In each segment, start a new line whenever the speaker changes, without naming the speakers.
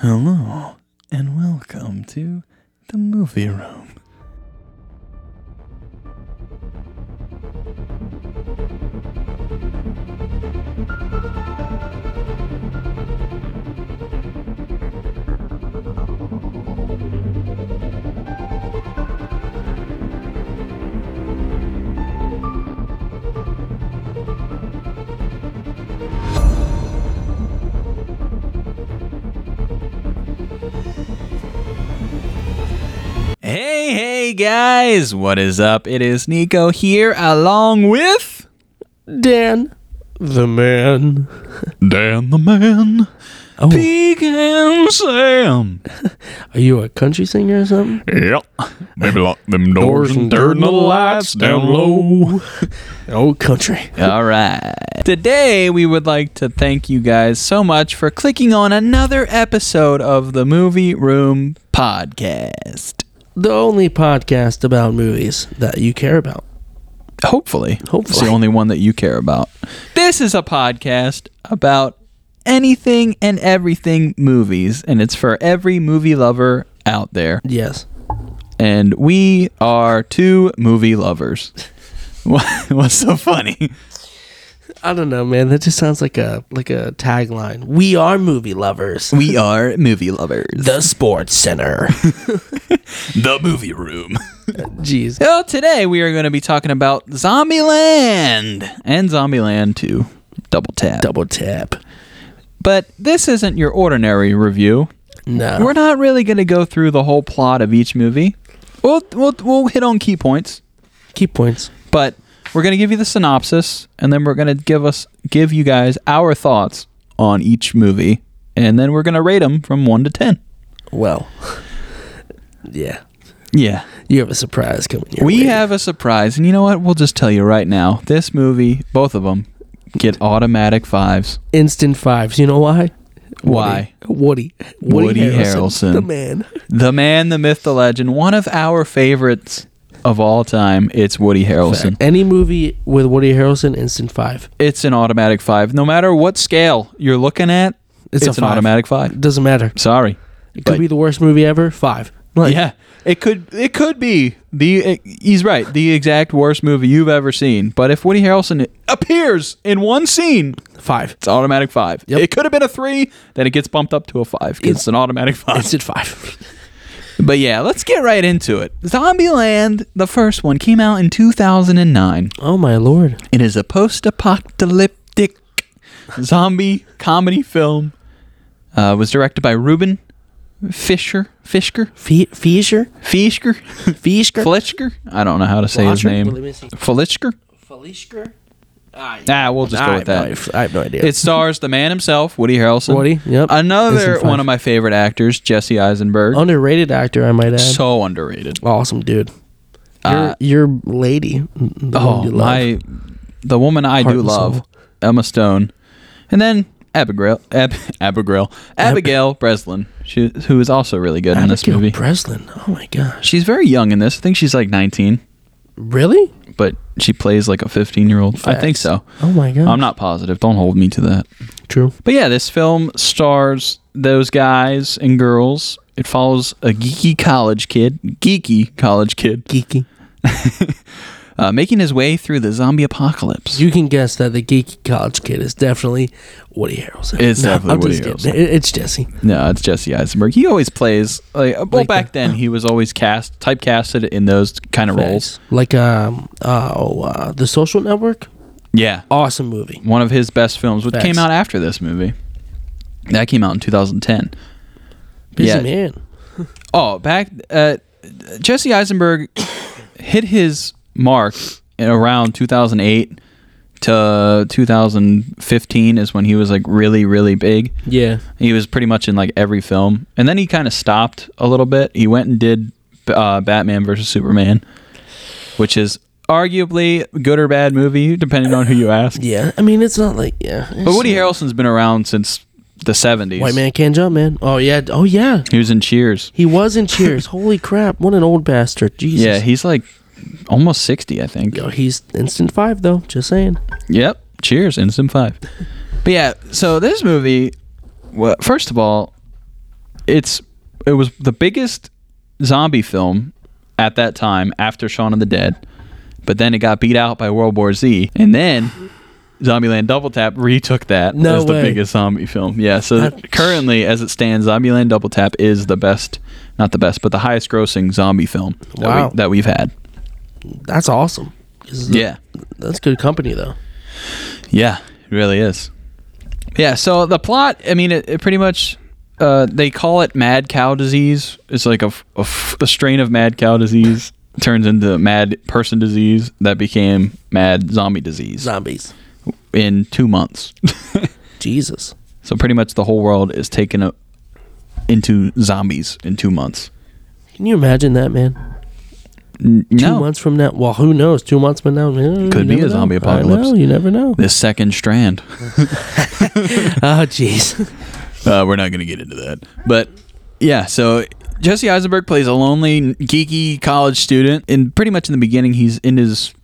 Hello, and welcome to the movie room. Hey, hey, guys, what is up? It is Nico here, along with
Dan, the man.
Dan the Man,
Oh,
Pecan Sam.
are you a country singer or something?
Yep. Maybe lock them
doors and turn the lights down low. Oh, country.
All right. Today, we would like to thank you guys so much for clicking on another episode of the Movie Room Podcast.
The only podcast about movies that you care about.
Hopefully. It's the
Hopefully.
only one that you care about. This is a podcast about anything and everything movies, and it's for every movie lover out there.
Yes.
And we are two movie lovers. What- What's so funny?
I don't know, man. That just sounds like a like a tagline. We are movie lovers.
We are movie lovers.
The Sports Center.
the movie room.
Jeez.
So today we are going to be talking about Zombieland and Zombieland 2. Double tap.
Double tap.
But this isn't your ordinary review.
No.
We're not really going to go through the whole plot of each movie. We'll, we'll, we'll hit on key points,
Key points.
but we're going to give you the synopsis, and then we're going to give us give you guys our thoughts on each movie, and then we're going to rate them from one to ten.
Well. yeah.
Yeah,
You have a surprise coming your
we
way.
have a surprise, and you know what? We'll just tell you right now. This movie, both of them, get automatic fives.
instant fives. You know why?
Why?
Woody. Woody,
Woody Harrelson.
the man.
The man, the myth, the legend. One of our favorites of all time. It's Woody Harrelson.
Any movie with Woody Harrelson, instant five.
it's an automatic five. No matter what scale you're looking at, it's,
It's a
an
five.
automatic five.
Doesn't matter.
Sorry.
It could
Like-
be the worst movie ever. Five. Like,
yeah, it could it could be the it- he's right the exact worst movie you've ever seen. But if Woody Harrelson appears in one scene,
Five.
it's automatic five.
Yep.
It could have been a three, then it gets bumped up to a five 'cause it's an automatic five.
Instant five.
But yeah, let's get right into it. Zombieland, the first one, came out in 2009.
Oh my lord.
It is a post-apocalyptic zombie comedy film. Uh, was directed by Ruben Fisher, Fishker,
Fe- Fisher?
Fishker,
Fisher?
Fletchker. I don't know how to say his
Fletcher?
name.
Let me see.
Fletchker.
Felishker? Ah,
Ah, we'll just go with
I,
that.
have no- I have no idea.
It stars the man himself, Woody Harrelson.
Woody, yep.
Another
Instant five. Oh,
one of my favorite actors, Jesse Eisenberg.
underrated actor, I might add.
so underrated.
awesome dude. Your,
Uh,
your lady. the one
Oh,
you love.
my, the woman I
Heart
do
and
love,
soul.
Emma Stone, and then Abigail, Ab- Abigail, Abigail Breslin, she, who is also really good in this
Abigail
movie.
Breslin. Oh my gosh.
She's very young in this. I think she's like 19,
Really?
but she plays like a 15 year old. I think
Facts.
so.
Oh my gosh.
I'm not positive. Don't hold me to that.
True.
But yeah, this film stars those guys and girls. It follows a geeky college kid, geeky college kid,
Geeky.
uh, making his way through the zombie apocalypse.
You can guess that the geeky college kid is definitely Woody Harrelson.
It's definitely Woody
just kidding. It- It's Jesse.
No, it's Jesse Eisenberg. He always plays like well
Like
back then he was always cast typecasted in those kind of roles.
Facts. Like um uh, oh uh, the Social Network,
Yeah.
awesome movie.
One of his best films which came
Facts.
out after this movie. That came out in 2010.
Busy
Yeah.
man.
Oh, back uh, Jesse Eisenberg hit his mark in around 2008 to 2015 is when he was like really really big.
Yeah,
He was pretty much in like every film, and then he kind of stopped a little bit. He went and did uh, Batman versus Superman, which is arguably a good or bad movie depending on who you ask.
yeah. I mean, it's not like yeah.
But Woody Harrelson's been around since the seventies.
White man can't jump, man. Oh yeah, oh yeah.
He was in Cheers.
He was in Cheers. Holy crap! What an old bastard. Jesus.
Yeah, he's like almost sixty, I think.
Yo, he's instant five though. Just saying.
Yep. Cheers, Instant Five. But yeah, so this movie, well, first of all, it's it was the biggest zombie film at that time after Shaun of the Dead, but then it got beat out by World War Z, and then Zombieland Double Tap retook that
No
as
way.
the biggest zombie film. Yeah, so
That-
currently as it stands, Zombieland Double Tap is the best, not the best, but the highest grossing zombie film that,
Wow.
we, that we've had.
That's awesome. This is-
Yeah,
that's good company though.
yeah, it really is. Yeah, so the plot, I mean, it, it pretty much. Uh, they call it mad cow disease. It's like a, f- a, f- a strain of mad cow disease turns into mad person disease that became mad zombie disease
Zombies.
in two months.
Jesus.
So pretty much the whole world is taken up into zombies in two months.
Can you imagine that, man?
N-
Two
no,
months from now. Well, who knows? Two months from now, man,
Could be
you never
a
know.
zombie
I know,
apocalypse.
you never know.
this second strand.
oh, jeez.
Uh, we're not going to get into that. But yeah, so Jesse Eisenberg plays a lonely, geeky college student. And pretty much in the beginning, he's in his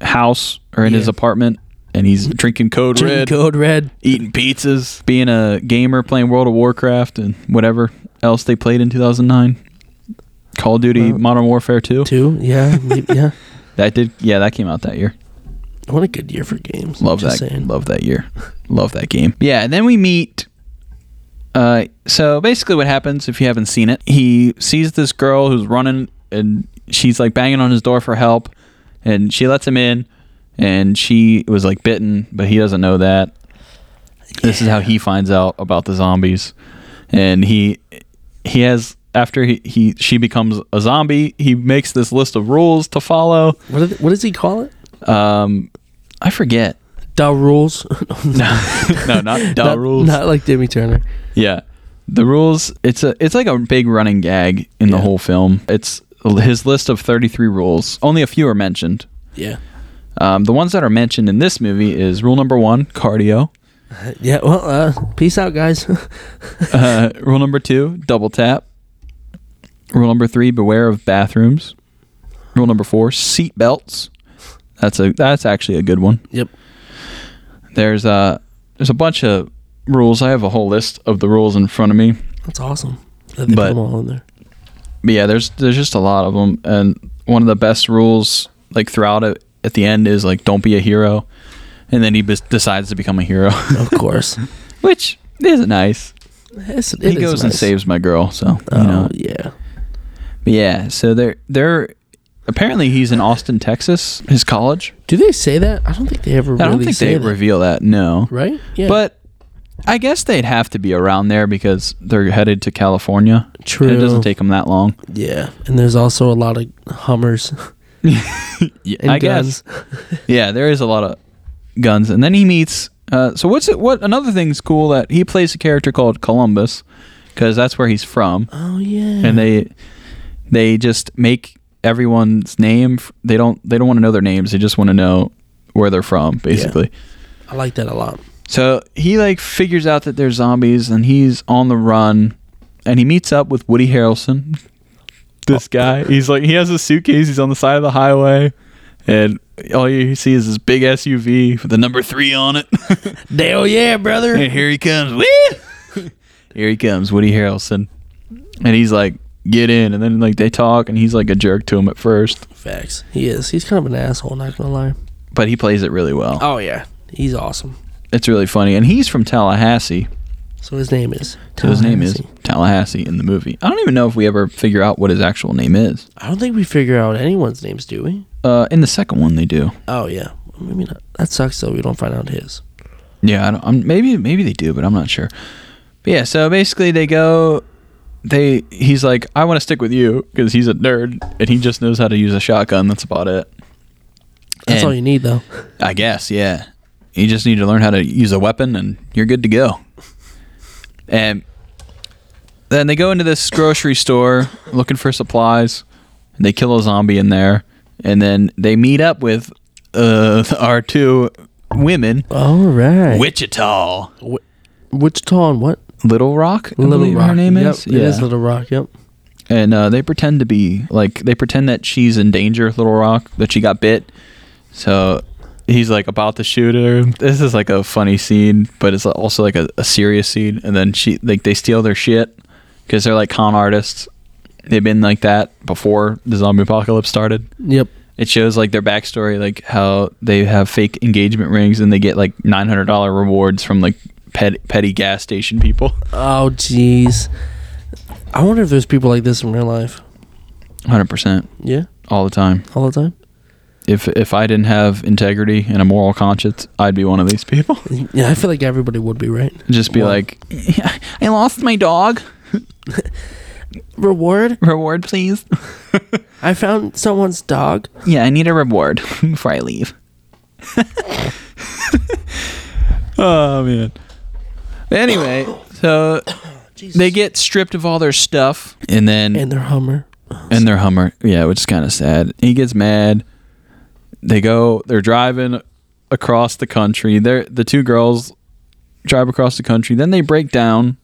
house or in his
Yeah. Mm-hmm.
apartment and he's drinking Code Red,
Code red.
eating pizzas, being a gamer, playing World of Warcraft and whatever else they played in 2009. Call of Duty
Wow.
Modern Warfare 2.
Two. Yeah. y- yeah.
That did, yeah, that came out that year.
What a good year for games.
Love
Just
that.
saying.
Love that year. love that game. Yeah, and then we meet. Uh, so basically, what happens if you haven't seen it? He sees this girl who's running, and she's like banging on his door for help, and she lets him in, and she was like bitten, but he doesn't know that. This is how he finds out about the zombies, and he he has after he, he she becomes a zombie, he makes this list of rules to follow.
What, do they- what does he call it?
Um, I forget.
Da rules.
No, no, not da
not,
rules.
Not like Jimmy Turner.
Yeah, the rules. It's a it's like a big running gag in the
Yeah.
whole film. It's his list of thirty three rules. Only a few are mentioned.
Yeah.
Um, the ones that are mentioned in this movie is rule number one, cardio.
Yeah. Well, uh, peace out, guys.
Uh, rule number two, double tap. Rule number three, beware of bathrooms. Rule number four, seat belts. That's a that's actually a good one.
yep.
There's a there's a bunch of rules. I have a whole list of the rules in front of me.
That's awesome. That they
But-
put them all in there.
But yeah, there's there's just a lot of them, and one of the best rules like throughout it at the end is like don't be a hero, and then he bes- decides to become a hero,
Of course.
which is nice.
It's- it
he
is
goes and
nice.
saves my girl, so
Oh
you know,
yeah.
but yeah. So they're they're apparently he's in Austin, Texas, his college.
Do they say that? I don't think they ever.
I don't
really
think
say
they
that,
reveal that. No,
Right? Yeah.
but I guess they'd have to be around there because they're headed to California.
true.
It doesn't take them that long.
Yeah, and there's also a lot of Hummers
Yeah,
and
I guess.
guns.
Yeah, there is a lot of guns, and then he meets. Uh, so what's it? What another thing's cool that he plays a character called Columbus, because that's where he's from,
Oh yeah.
and they they just make everyone's name. f- They don't they don't want to know their names. They just want to know where they're from, basically.
I like that a lot.
So he like figures out that they're zombies, and he's on the run, and he meets up with Woody Harrelson. This guy, he's like he has a suitcase. He's on the side of the highway, and all you see is this big SUV with the number three on it.
Dale, yeah, brother.
and here he comes. Whee! here he comes, Woody Harrelson, and he's like, "Get in!" And then like they talk, and he's like a jerk to him at first,
Facts. He is. He's kind of an asshole. Not gonna lie.
but he plays it really well.
Oh yeah, he's awesome.
It's really funny, and he's from Tallahassee.
So his name is.
So his name is
Tallahassee.
Tallahassee in the movie. I don't even know if we ever figure out what his actual name is.
I don't think we figure out anyone's names, do we?
Uh, in the second one, they do.
Oh yeah. Maybe not. That sucks though. We don't find out his.
Yeah, I don't, I'm, maybe maybe they do, but I'm not sure. But yeah, so basically they go. They he's like, I want to stick with you because he's a nerd and he just knows how to use a shotgun. That's about it.
That's
And-
all you need though.
I guess, yeah. You just need to learn how to use a weapon and you're good to go. And then they go into this grocery store looking for supplies and they kill a zombie in there and then they meet up with uh, our two women,
All right.
Wichita,
Wichita and what?
Little Rock, I believe her name
Yep,
is.
It is Little Rock. Yep.
and uh, they pretend to be like they pretend that she's in danger, Little Rock, that she got bit. So he's like about to shoot her. This is like a funny scene, but it's also like a, a serious scene. And then she like they steal their shit 'cause because they're like con artists. They've been like that before the zombie apocalypse started.
Yep.
It shows like their backstory, like how they have fake engagement rings and they get like nine hundred dollar rewards from like pet, petty gas station people.
Oh, jeez. I wonder if there's people like this in real life.
Hundred percent
Yeah,
all the time.
all the time.
If if I didn't have integrity and a moral conscience, I'd be one of these people.
Yeah, I feel like everybody would be right.
Just be
Well-
like, I lost my dog.
Reward?
Reward, please.
I found someone's dog.
Yeah, I need a reward before I leave. oh man. Anyway, so they get stripped of all their stuff, and then
and their Hummer.
and their Hummer. Yeah, which is kind of sad. He gets mad. They go. They're driving across the country. They're the two girls drive across the country. Then they break down,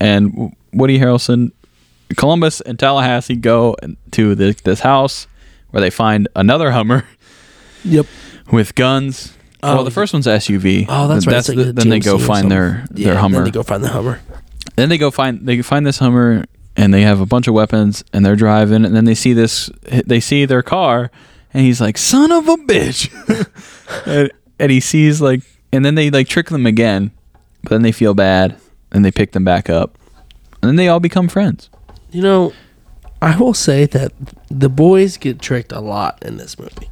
and Woody Harrelson, Columbus, and Tallahassee go to the, this house where they find another Hummer
Yep.
with guns.
Oh,
well, the
yeah.
first one's SUV.
Oh, that's right. It's like
the-
a
then they go
GMC or
find their
something.
their
Yeah,
Hummer
Then they go find the Hummer.
then they go find they find this Hummer and they have a bunch of weapons and they're driving and then they see this they see their car and he's like son of a bitch and, and he sees like and then they like trick them again but then they feel bad and they pick them back up and then they all become friends
You know, I will say that the boys get tricked a lot in this movie.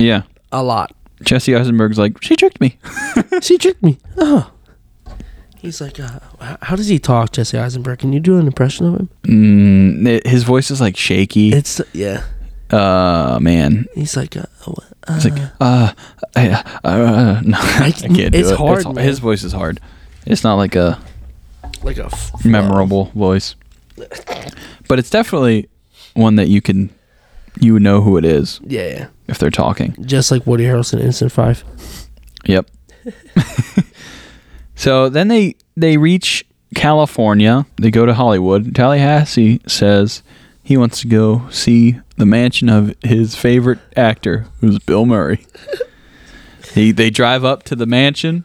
yeah
A lot.
Jesse Eisenberg's like she tricked me
she tricked me. Oh. He's like, uh, h- how does he talk, Jesse Eisenberg? Can you do an impression of him?
mm, it- his voice is like shaky
It's yeah.
uh man
He's like, uh, uh,
it's like uh, I, uh, uh no I can't do
it's
it.
hard,
h-
man.
his voice is hard it's not like a
like a f-
memorable voice. But it's definitely one that you can you would know who it is
Yeah, yeah.
if they're talking.
Just like Woody Harrelson, in Instant Five.
Yep. so then they they reach California. They go to Hollywood. Tallahassee says he wants to go see the mansion of his favorite actor, who's Bill Murray. he they drive up to the mansion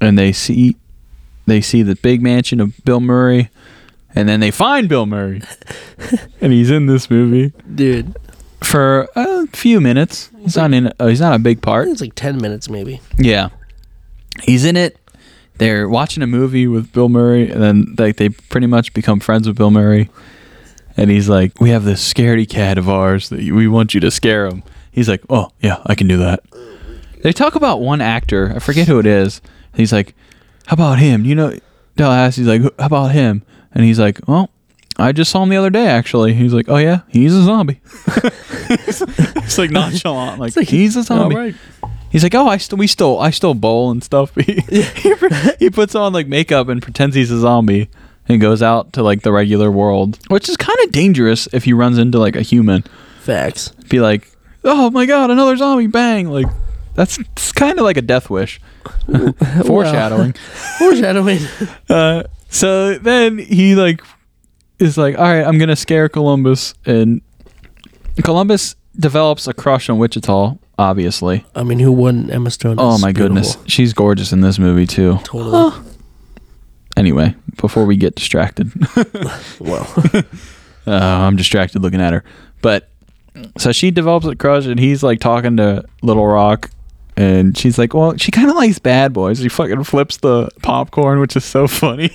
and they see they see the big mansion of Bill Murray and then they find Bill Murray. and he's in this movie
Dude,
for a few minutes. He's not in uh, he's not a big
I
part.
think it's like ten minutes maybe.
Yeah, he's in it. They're watching a movie with Bill Murray, and then like they pretty much become friends with Bill Murray. And he's like, "We have this scaredy cat of ours that you- we want you to scare him." He's like, "Oh yeah, I can do that." They talk about one actor. I forget who it is. He's like, "How about him?" You know, Tallahassee's like, "How about him?" And he's like, "Well." I just saw him the other day, actually. He's like, "Oh yeah, he's a zombie." it's like nonchalant, like,
like,
he's a zombie. He's like, oh, I still we still I still bowl and stuff. he, he puts on like makeup and pretends he's a zombie and goes out to like the regular world, which is kind of dangerous if he runs into like a human.
Facts.
Be like, oh my god, another zombie! Bang! Like that's it's kind of like a death wish, foreshadowing.
Foreshadowing.
Uh, so then he like is like, all right, I'm gonna scare Columbus, and Columbus develops a crush on Wichita, obviously.
I mean, who wouldn't? Emma Stone.
Oh
is
my
beautiful.
goodness, she's gorgeous in this movie too.
Totally.
Anyway, before we get distracted,
Well,
uh, I'm distracted looking at her. But so she develops a crush, and he's like talking to Little Rock, and she's like, "Well, she kind of likes bad boys." He fucking flips the popcorn, which is so funny.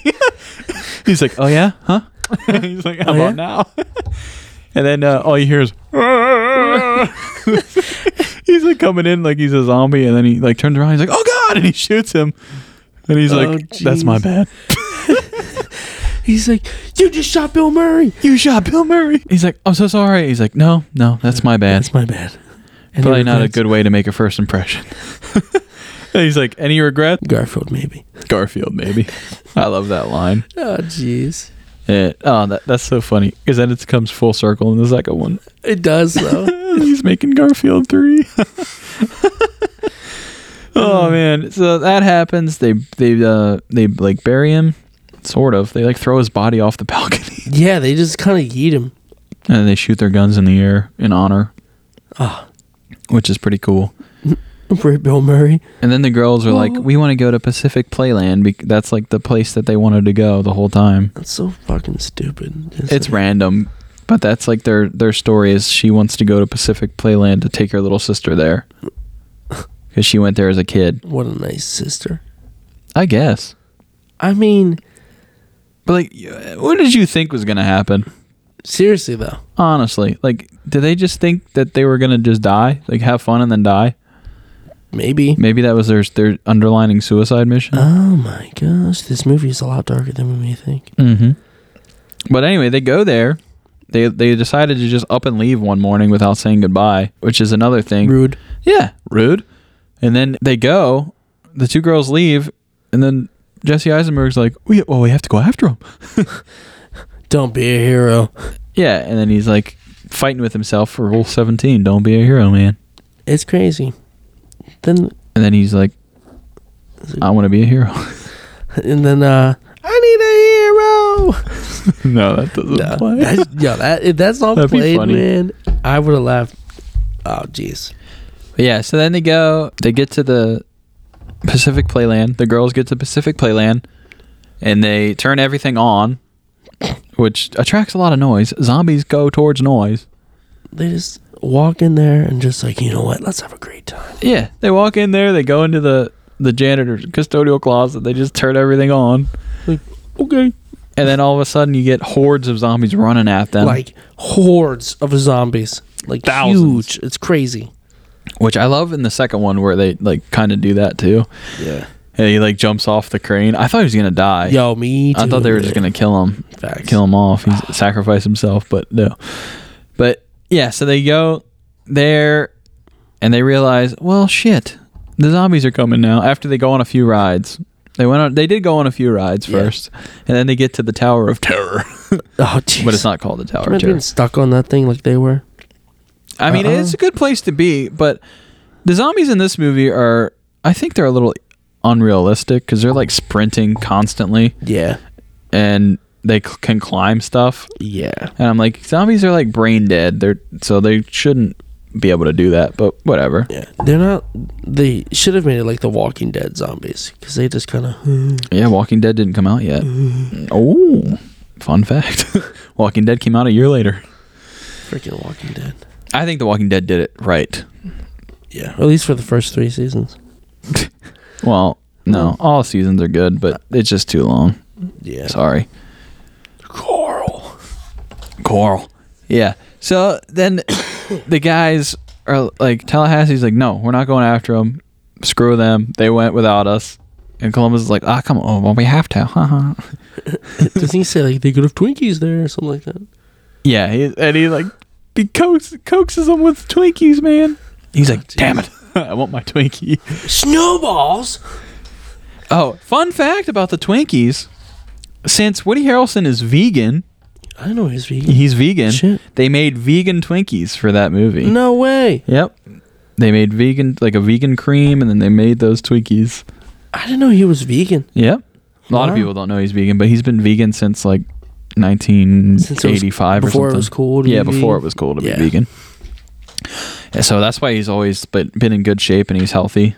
he's like, "Oh yeah, huh?" he's like, "How
Oh, yeah?
about now?" and then uh, all you hear is. he's like coming in like he's a zombie, and then he like turns around. He's like, "Oh God!" and he shoots him. And he's
Oh,
like, "That's my
jeez.
bad."
he's like, you just shot Bill Murray.
You shot Bill Murray. He's like, I'm so sorry. He's like, no, no, that's my bad.
That's my bad. Any
Probably not a
regrets?
good way to make a first impression. And he's like, any regret?
Garfield, maybe.
Garfield, maybe. I love that line.
Oh, jeez.
Yeah. Oh, that, that's so funny because then it comes full circle in the second one.
It does though.
he's making Garfield three. oh man! So that happens. They they uh they like bury him, sort of. They like throw his body off the balcony
yeah, they just kind of eat him.
and they shoot their guns in the air in honor,
Ah,
which is pretty cool.
I'm for Bill Murray.
And then the girls are like,
Well-
"We want to go to Pacific Playland." Bec- that's like the place that they wanted to go the whole time.
That's so fucking stupid.
It's
like,
random, but that's like their their story is she wants to go to Pacific Playland to take her little sister there because she went there as a kid,
What a nice sister.
I guess.
I mean,
But like, y- uh, what did you think was gonna happen?
seriously though.
Honestly, like, did they just think that they were gonna just die, like have fun and then die?
Maybe.
Maybe that was their their underlining suicide mission.
Oh my gosh, this movie is a lot darker than we may think.
Mm-hmm. But anyway, they go there. They they decided to just up and leave one morning without saying goodbye, which is another thing.
Rude.
Yeah, rude. And then they go. The two girls leave, and then Jesse Eisenberg's like, "We well, we have to go after him."
Don't be a hero.
Yeah, and then he's like fighting with himself for rule seventeen. Don't be a hero, man.
It's crazy. Then
And then he's like, "I want to be a hero."
and then uh I need a hero.
no, that doesn't
No,
play.
that's, yo, that if that's not
That'd be
played,
funny.
man, I would have laughed. Oh jeez.
But yeah, so then they go, they get to the Pacific Playland. The girls get to Pacific Playland and they turn everything on, which attracts a lot of noise. Zombies go towards noise.
They just walk in there and just like, you know what, let's have a great time.
Yeah, they walk in there, they go into the the janitor's custodial closet, they just turn everything on,
Okay.
and then all of a sudden you get hordes of zombies running at them.
like hordes of zombies. Like
Thousands.
huge. It's crazy.
which I love in the second one where they like kind of do that too.
Yeah.
And he like jumps off the crane. I thought he was going to die.
Yo, me too.
I thought they were just going to kill him.
to Facts.
kill him off. He sacrificed himself, but no. But yeah, so they go there and they realize, well, shit, the zombies are coming now. After they go on a few rides, they went on. They did go on a few rides
Yeah.
first, and then they get to the Tower of Terror,
Oh jeez.
but it's Uh-huh. not called the Tower of
Imagine
Terror.
being stuck on that thing like they were.
I mean,
Uh-uh.
it's a good place to be, but the zombies in this movie are, I think, they're a little unrealistic because they're like sprinting constantly
Yeah.
and they c- can climb stuff.
Yeah.
And I'm like, zombies are like brain dead. They're so they shouldn't be able to do that. But whatever.
Yeah. They're not. They should have made it like the Walking Dead zombies because they just kind of.
Yeah, Walking Dead didn't come out yet. Oh, fun fact: Walking Dead came out a year later.
Freaking Walking Dead.
I think The Walking Dead did it right.
Yeah. Or at least for the first three seasons.
Well, no, all seasons are good, but it's just too long.
Yeah.
Sorry,
Carl.
Coral. Yeah. So then the guys are like Tallahassee's like, no, we're not going after them. Screw them. They went without us. And Columbus is like, ah, come on, well, we have to. Ha ha.
Doesn't he say like they could have Twinkies there or something like that?
Yeah, he, and he like he coax, coaxes him with Twinkies, man. He's like,
jeez.
damn it, I want my Twinkie.
Snowballs.
Oh, fun fact about the Twinkies: since Woody Harrelson is vegan,
I know he's vegan.
he's vegan.
Shit.
They made vegan Twinkies for that movie.
No way.
Yep, they made vegan like a vegan cream, and then they made those Twinkies.
I didn't know he was vegan.
Yep, a lot of
Wow.
people don't know he's vegan, but he's been vegan since like 1985
before
or
it
something.
was cool. To
yeah,
be
before it
vegan.
was cool to
Yeah.
be vegan. And so that's why he's always but been in good shape and he's healthy.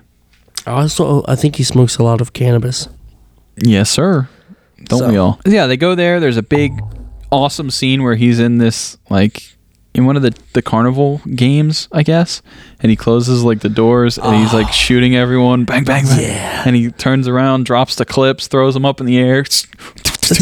Also, I think he smokes a lot of cannabis.
Yes, sir. Don't we
So-
all? Yeah, they go there. There's a big, awesome scene where he's in this like in one of the the carnival games, I guess, and he closes like the doors and he's like shooting everyone, bang, bang, bang.
Yeah.
And he turns around, drops the clips, throws them up in the air. That's
That's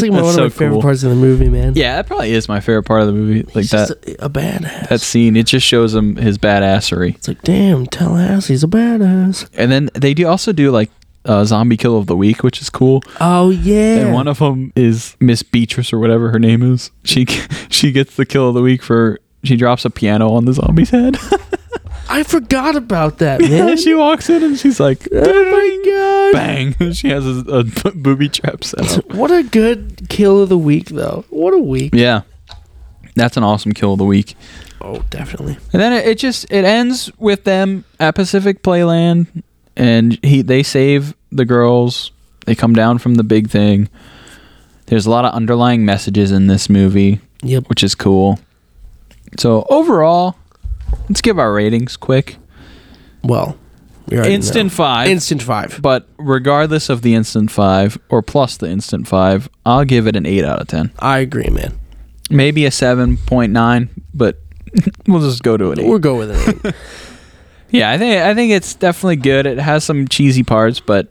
like one of my
so
favorite
cool.
parts of the movie, man.
Yeah, that probably is my favorite part of the movie. Like
he's
that
Just a, a badass.
that scene, it just shows him his badassery.
It's like, damn, Tallahassee's a badass.
And then they do also do like uh, zombie kill of the week, which is cool.
Oh yeah.
And one of them is Miss Beatrice or whatever her name is. She she gets the kill of the week for she drops a piano on the zombie's head.
I forgot about that, man.
she walks in and she's like,
oh my god.
bang! She has a, a booby trap set up.
What a good kill of the week though. What a week.
Yeah, that's an awesome kill of the week.
Oh, definitely.
And then it, it just it ends with them at Pacific Playland, and he they save the girls. They come down from the big thing. There's a lot of underlying messages in this movie,
Yep.
which is cool. So overall, let's give our ratings quick.
Well, We already
Instant
know.
five.
Instant five.
but regardless of the instant five or plus the instant five, I'll give it an eight out of ten.
I agree, man.
Maybe a seven point nine, but we'll just go to an eight.
We'll go with an eight.
yeah, I think I think it's definitely good. It has some cheesy parts, but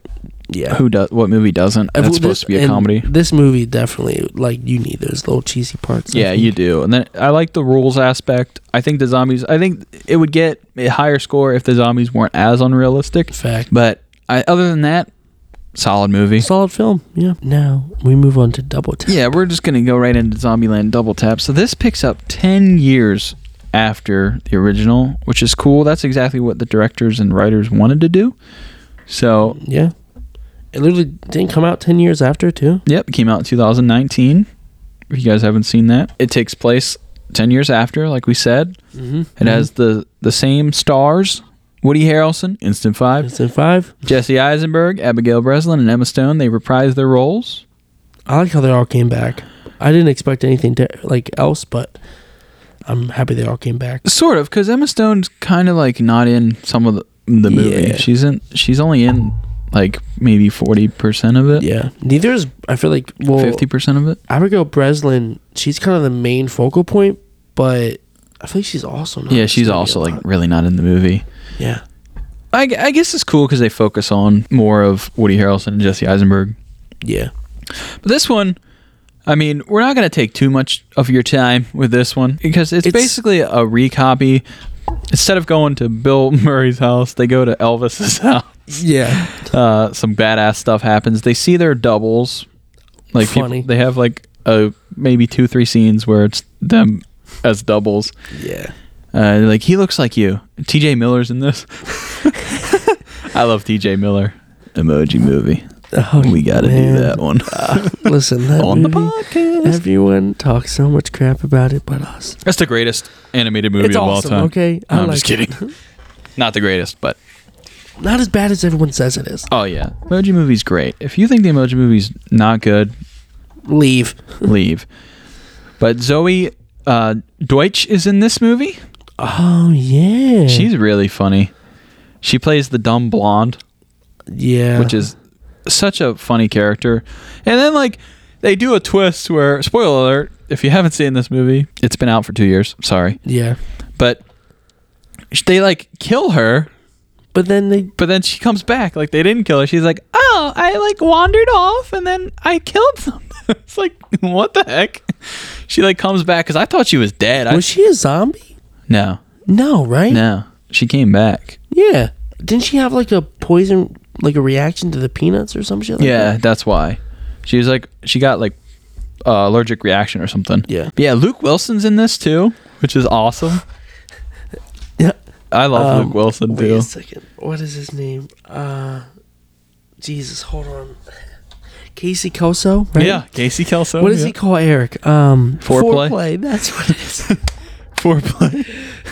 yeah.
who does what movie doesn't?
Uh,
That's
well,
supposed
thi-
to be a
and
comedy.
This movie definitely like you need those little cheesy parts. I
Yeah,
think.
you do. And then I like the rules aspect. I think the zombies. I think it would get a higher score if the zombies weren't as unrealistic.
fact.
But I, other than that, solid movie.
Solid film. Yeah. Now we move on to double tap.
Yeah, we're just gonna go right into Zombieland Double Tap. So this picks up ten years after the original, which is cool. That's exactly what the directors and writers wanted to do. So,
Yeah. It literally didn't come out ten years after too.
yep, it came out in 2019. If you guys haven't seen that, it takes place ten years after, like we said.
Mm-hmm.
It has the the same stars: Woody Harrelson, Instant Five,
Instant five.
Jesse Eisenberg, Abigail Breslin, and Emma Stone. They reprise their roles.
I like how they all came back. I didn't expect anything to, like else, but I'm happy they all came back.
Sort of, because Emma Stone's kind of like not in some of the, the movie.
Yeah.
She's in. She's only in like maybe forty percent of it,
Yeah. Neither is. I feel like well,
fifty percent of it.
Abigail Breslin. She's kind of the main focal point, but I feel like she's also not.
yeah, she's
gonna be
also
a
like
lot.
really not in the movie.
yeah.
I, gu- I guess it's cool because they focus on more of Woody Harrelson and Jesse Eisenberg.
Yeah.
But this one, I mean, we're not gonna take too much of your time with this one because it's,
It's-
basically a recopy. Instead of going to Bill Murray's house, they go to Elvis's house.
Yeah.
uh, some badass stuff happens. They see their doubles, like people-
Funny.
they have like a maybe two three scenes where it's them as doubles.
Yeah.
Uh, like he looks like you. T.J. Miller's in this. I love T.J. Miller. Emoji movie.
Oh,
We got to do
man.
that one
Listen, that
on the
movie,
podcast.
Everyone talks so much crap about it, but us.
That's the greatest animated movie
it's
of
awesome.
all time.
Okay,
No,
I
I'm
like
just
it.
Not the greatest, but
Not as bad as everyone says it is.
oh yeah, Emoji movie's great. If you think the Emoji movie's not good,
Leave.
leave. But Zoe uh, Deutsch is in this movie.
Oh yeah.
She's really funny. She plays the dumb blonde,
yeah.
which is such a funny character. And then like they do a twist where spoiler alert, if you haven't seen this movie, it's been out for 2 years, sorry.
yeah.
But sh- they like kill her,
But then they
but then she comes back like they didn't kill her. She's like, "Oh, I like wandered off and then I killed them." it's like, "What the heck?" She like comes back cuz I thought she was dead. I,
was she a zombie?
no.
No, right?
No. She came back.
Yeah. Didn't she have like a poison, like a reaction to the peanuts or some shit? Like
Yeah,
That?
that's why. She was like, she got like uh, allergic reaction or something.
Yeah.
But yeah, Luke Wilson's in this too, which is awesome.
Yeah.
I love
Um,
Luke Wilson
Wait
too.
a second. What is his name? Uh, Jesus, hold on. Casey Koso, right?
Yeah, Casey Kelso.
What does he call Eric? Um,
Foreplay?
Foreplay. That's what it is.
Foreplay.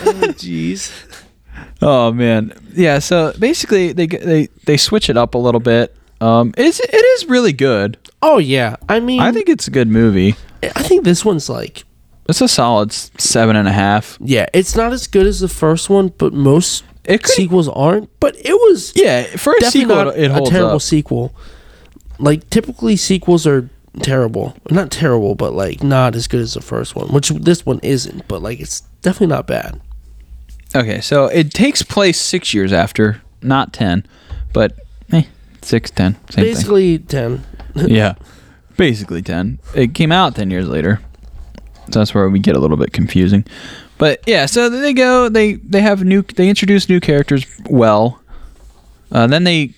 oh, jeez.
Oh man, yeah. So basically, they they they switch it up a little bit. Um, it's it is really good.
Oh yeah. I mean,
I think it's a good movie.
I think this one's like,
It's a solid s- seven and a half.
yeah, it's not as good as the first one, but most
It could,
sequels aren't. But it was
yeah, for a
definitely
sequel,
not
it
a
holds
terrible
up.
sequel. Like typically sequels are terrible, not terrible, but like not as good as the first one, which this one isn't. But like it's definitely not bad.
Okay, so it takes place six years after, not ten, but eh, six, ten, same
Basically ten.
thing. Yeah, basically ten. It came out ten years later, so that's where we get a little bit confusing. But yeah, so then they go, they they have new, they introduce new characters well. Uh, then they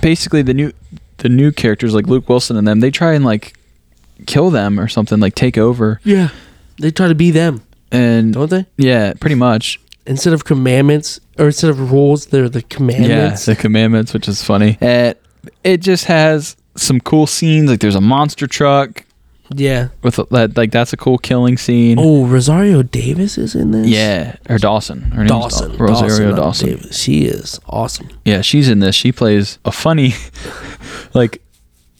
basically the new the new characters like Luke Wilson and them, they try and like kill them or something, like take over
Yeah, they try to be them,
and
don't they?
yeah, pretty much.
Instead of commandments or instead of rules, they're the commandments.
Yeah, the commandments, which is funny. It, it just has some cool scenes. Like there's a monster truck
Yeah.
with a, that. Like that's a cool killing scene.
Oh, Rosario Davis is in this.
Yeah, or Dawson. Her name's
Dawson.
Daw- Rosario
not
Dawson.
Davis. She is awesome.
Yeah, she's in this. She plays a funny, like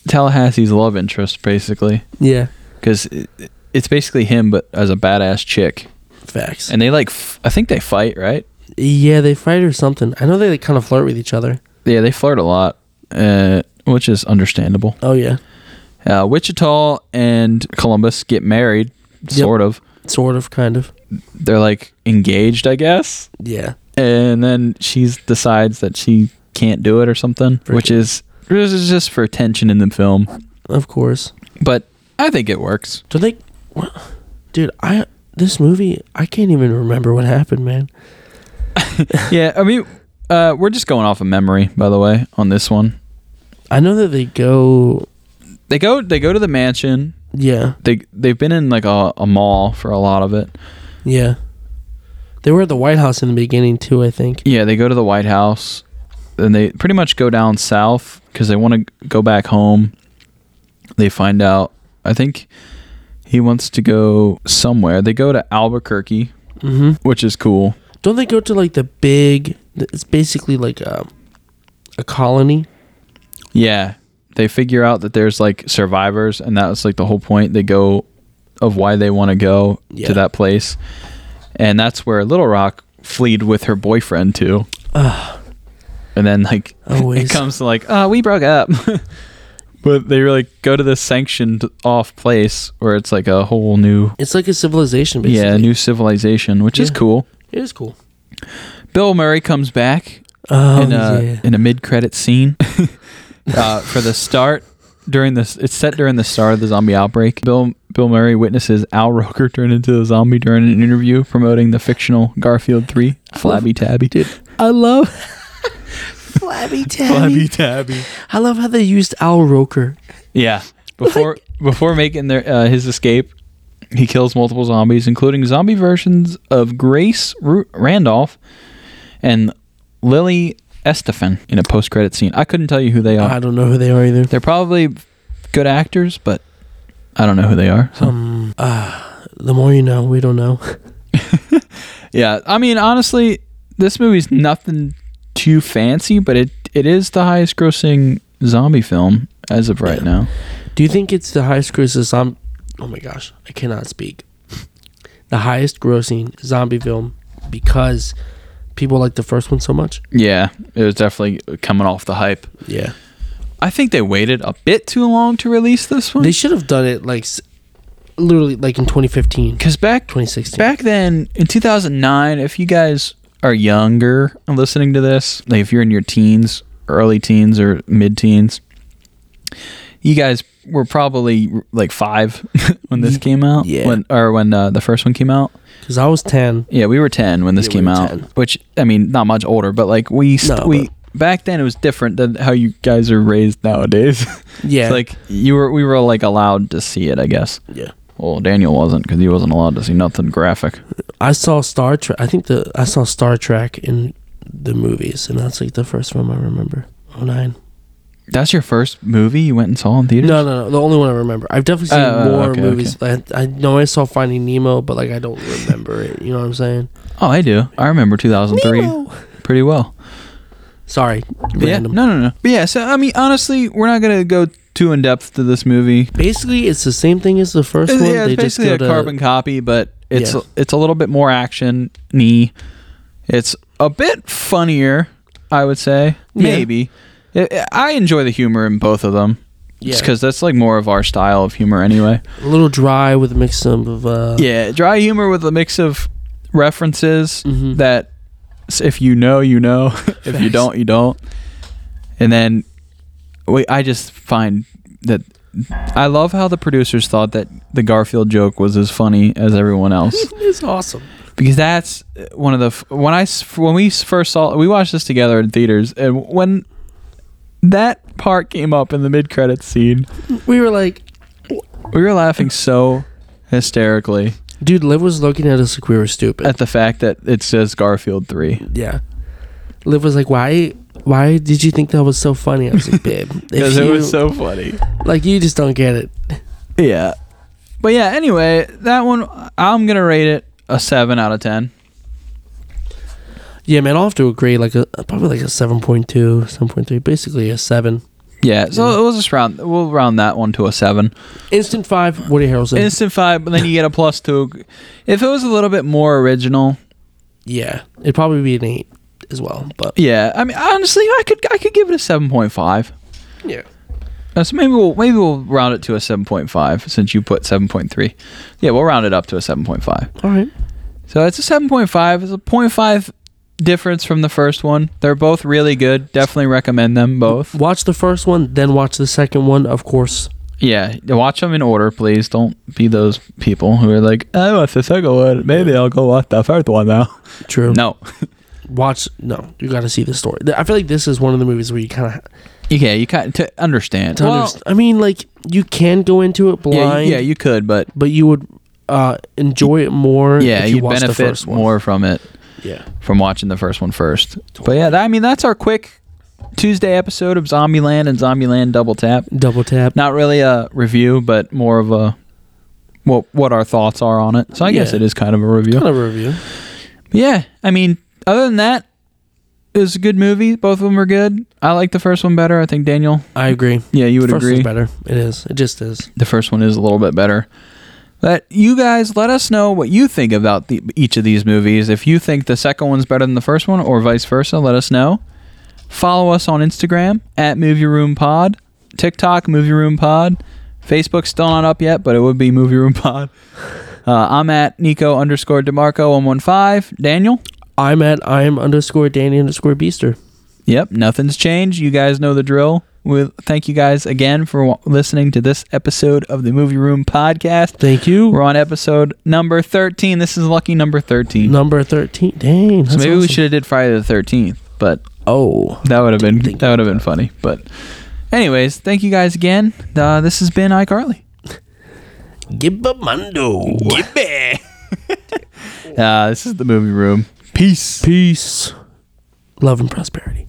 Tallahassee's love interest, basically,
Yeah.
because it, it's basically him, but as a badass chick.
Facts.
And they like, f- I think they fight, right?
Yeah, they fight or something. I know they like, kind of flirt with each other.
Yeah, they flirt a lot, uh, which is understandable.
Oh yeah,
Uh, Wichita and Columbus get married, sort of.
sort of, kind of.
They're like engaged, I guess.
Yeah,
And then she decides that she can't do it or something,
For
which
sure.
is this is just for tension in the film.
of course.
But I think it works.
Do they? What? Dude, I this movie I can't even remember what happened, man.
yeah, I mean, uh, we're just going off of memory, by the way, on this one.
I know that they go.
They go they go to the mansion.
Yeah,
They they've been in like a, a mall for a lot of it.
yeah. They were at the White House in the beginning too. I think.
Yeah, they go to the White House, and they pretty much go down south because they want to go back home. They find out. I think he wants to go somewhere. They go to Albuquerque,
Mm-hmm.
which is cool.
Don't they go to like the big? It's basically like a a colony.
Yeah, they figure out that there's like survivors, and that was like the whole point. They go of why they want to go
Yeah.
to that place, and that's where Little Rock fleed with her boyfriend too. and then like
Always.
it comes to like, oh, we broke up. But they like go to this sanctioned off place where it's like a whole new,
It's like a civilization. Basically.
yeah, new civilization, which is
Yeah.
cool.
It is cool.
Bill Murray comes back
Oh
in a
yeah.
in a mid credit scene uh, for the start during this. It's set during the start of the zombie outbreak. Bill Bill Murray witnesses Al Roker turn into a zombie during an interview promoting the fictional Garfield Three Flabby Tabby. Dude,
I love Flabby Tabby.
Tabby.
I love how they used Al Roker.
Yeah. Before before making their uh, his escape, he kills multiple zombies, including zombie versions of Grace Ru- Randolph and Lily Estefan in a post credit scene. I couldn't tell you who they are.
I don't know who they are either.
They're probably good actors, but I don't know who they are. So.
Um, uh, the more you know, we don't know.
Yeah, I mean, honestly, this movie's nothing too fancy, but it it is the highest grossing zombie film as of right
Yeah.
now.
Do you think it's the highest grossing zombie? Oh my gosh, I cannot speak. The highest grossing zombie film because people like the first one so much.
Yeah, it was definitely coming off the hype.
Yeah,
I think they waited a bit too long to release this one.
they should have done it like s- literally like in 2015,
Because back
2016.
back then in 2009, if you guys are younger and listening to this, like if you're in your teens, early teens or mid teens, you guys were probably like five when this came out.
yeah.
When or when uh, the first one came out.
Because I was 10.
Yeah, we were 10 when this
Yeah, we
came
were
out,
10.
which I mean, not much older, but like we st-
No,
we back then it was different than how you guys are raised nowadays.
Yeah,
It's like you were we were like allowed to see it, I guess.
yeah.
Well, Daniel wasn't because he wasn't allowed to see nothing graphic.
I saw Star Trek. I think the I saw Star Trek in the movies, and that's like the first film I remember. Oh nine.
That's your first movie you went and saw in theaters?
No, no, no. The only one I remember. I've definitely seen
Oh, oh,
more
okay,
movies. I, I know I saw Finding Nemo, but like I don't remember it. You know what I'm saying?
Oh, I do. I remember 2003 pretty well.
Sorry.
Yeah.
Random.
No, no, no. But yeah, so I mean, honestly, we're not gonna go too in depth to this movie.
Basically, it's the same thing as the first
It's-
one.
yeah,
they
it's
just
basically
go
a
to
carbon copy, but it's
Yeah.
it's a little bit more action y. It's a bit funnier, I would say.
Yeah.
Maybe. I I enjoy the humor in both of them.
yeah,
because that's like more of our style of humor anyway.
a little dry with a mix of uh,
Yeah, dry humor with a mix of references
Mhm.
that s- if you know, you know. if you
Facts.
don't, you don't. And then we, I just find that I love how the producers thought that the Garfield joke was as funny as everyone else
It's awesome.
because that's one of the f- when I s- when we s- first saw we watched this together in theaters and when that part came up in the mid credits scene,
We were like,
we were laughing so hysterically.
dude, Liv was looking at us like we were stupid.
at the fact that it says Garfield three.
yeah. Liv was like, why? Why did you think that was so funny? I was like, babe, if
Because it
you-
was so funny.
like you just don't get it.
Yeah. But yeah, anyway, that one I'm gonna rate it a seven out of ten.
Yeah, man, I'll have to agree. Like a probably like a 7.2, 7.3, basically a seven.
Yeah, so we'll just round we'll round that one to a seven.
Instant five, Woody Harrelson.
Instant five, but then you get a plus two. If it was a little bit more original,
yeah, it'd probably be an eight as well. But
Yeah, I mean, honestly, I could I could give it a seven point five.
yeah,
Uh, so maybe we'll maybe we'll round it to a seven point five since you put seven point three. Yeah, we'll round it up to a seven point five.
all right.
So it's a seven point five. It's a 0.5 difference from the first one. They're both really good. Definitely recommend them both.
Watch the first one, then watch the second one. Of course,
Yeah, watch them in order, please. Don't be those people who are like, I watched the second one. Maybe I'll go watch the first one now.
true.
No,
Watch no, you got to see the story. Th- I feel like this is one of the movies where you kind of
yeah, you kind to understand.
to understand. I mean, like you can go into it blind,
Yeah, you- yeah, you could, but
but you would uh enjoy it more.
yeah,
if you,
you,
watch the
benefit
first one.
more from it
Yeah,
from watching the first one first. But yeah, that, I mean that's our quick Tuesday episode of Zombieland and Zombieland Double Tap.
double tap.
Not really a review, but more of a what what our thoughts are on it. So I guess
Yeah.
it is kind of a review.
Kind of review.
Yeah, I mean, other than that, it was a good movie. Both of them were good. I like the first one better. I think Daniel.
I agree.
Yeah, you would
First
agree.
is better. It is. It just is.
the first one is a little bit better. But you guys, let us know what you think about the, each of these movies. If you think the second one's better than the first one, or vice versa, let us know. Follow us on Instagram at Movie Room Pod, TikTok Movie Room Pod, Facebook's still not up yet, but it would be Movie Room Pod. Uh, I'm at Nico underscore Demarco one one five. Daniel.
I'm at I am underscore Danny underscore Beaster.
Yep, nothing's changed. You guys know the drill. Well, thank you guys again for wa- listening to this episode of the Movie Room Podcast.
Thank you.
We're on episode number 13. This is lucky number 13.
Number thirteen. Dang.
so
that's
maybe we
awesome.
should have did Friday the 13th, but
Oh.
that would have been
think
that would have been funny. But anyways, thank you guys again. Uh, this has been iCarly.
Gibbamundo.
Uh, this is the movie room. Peace.
Peace. Love and prosperity.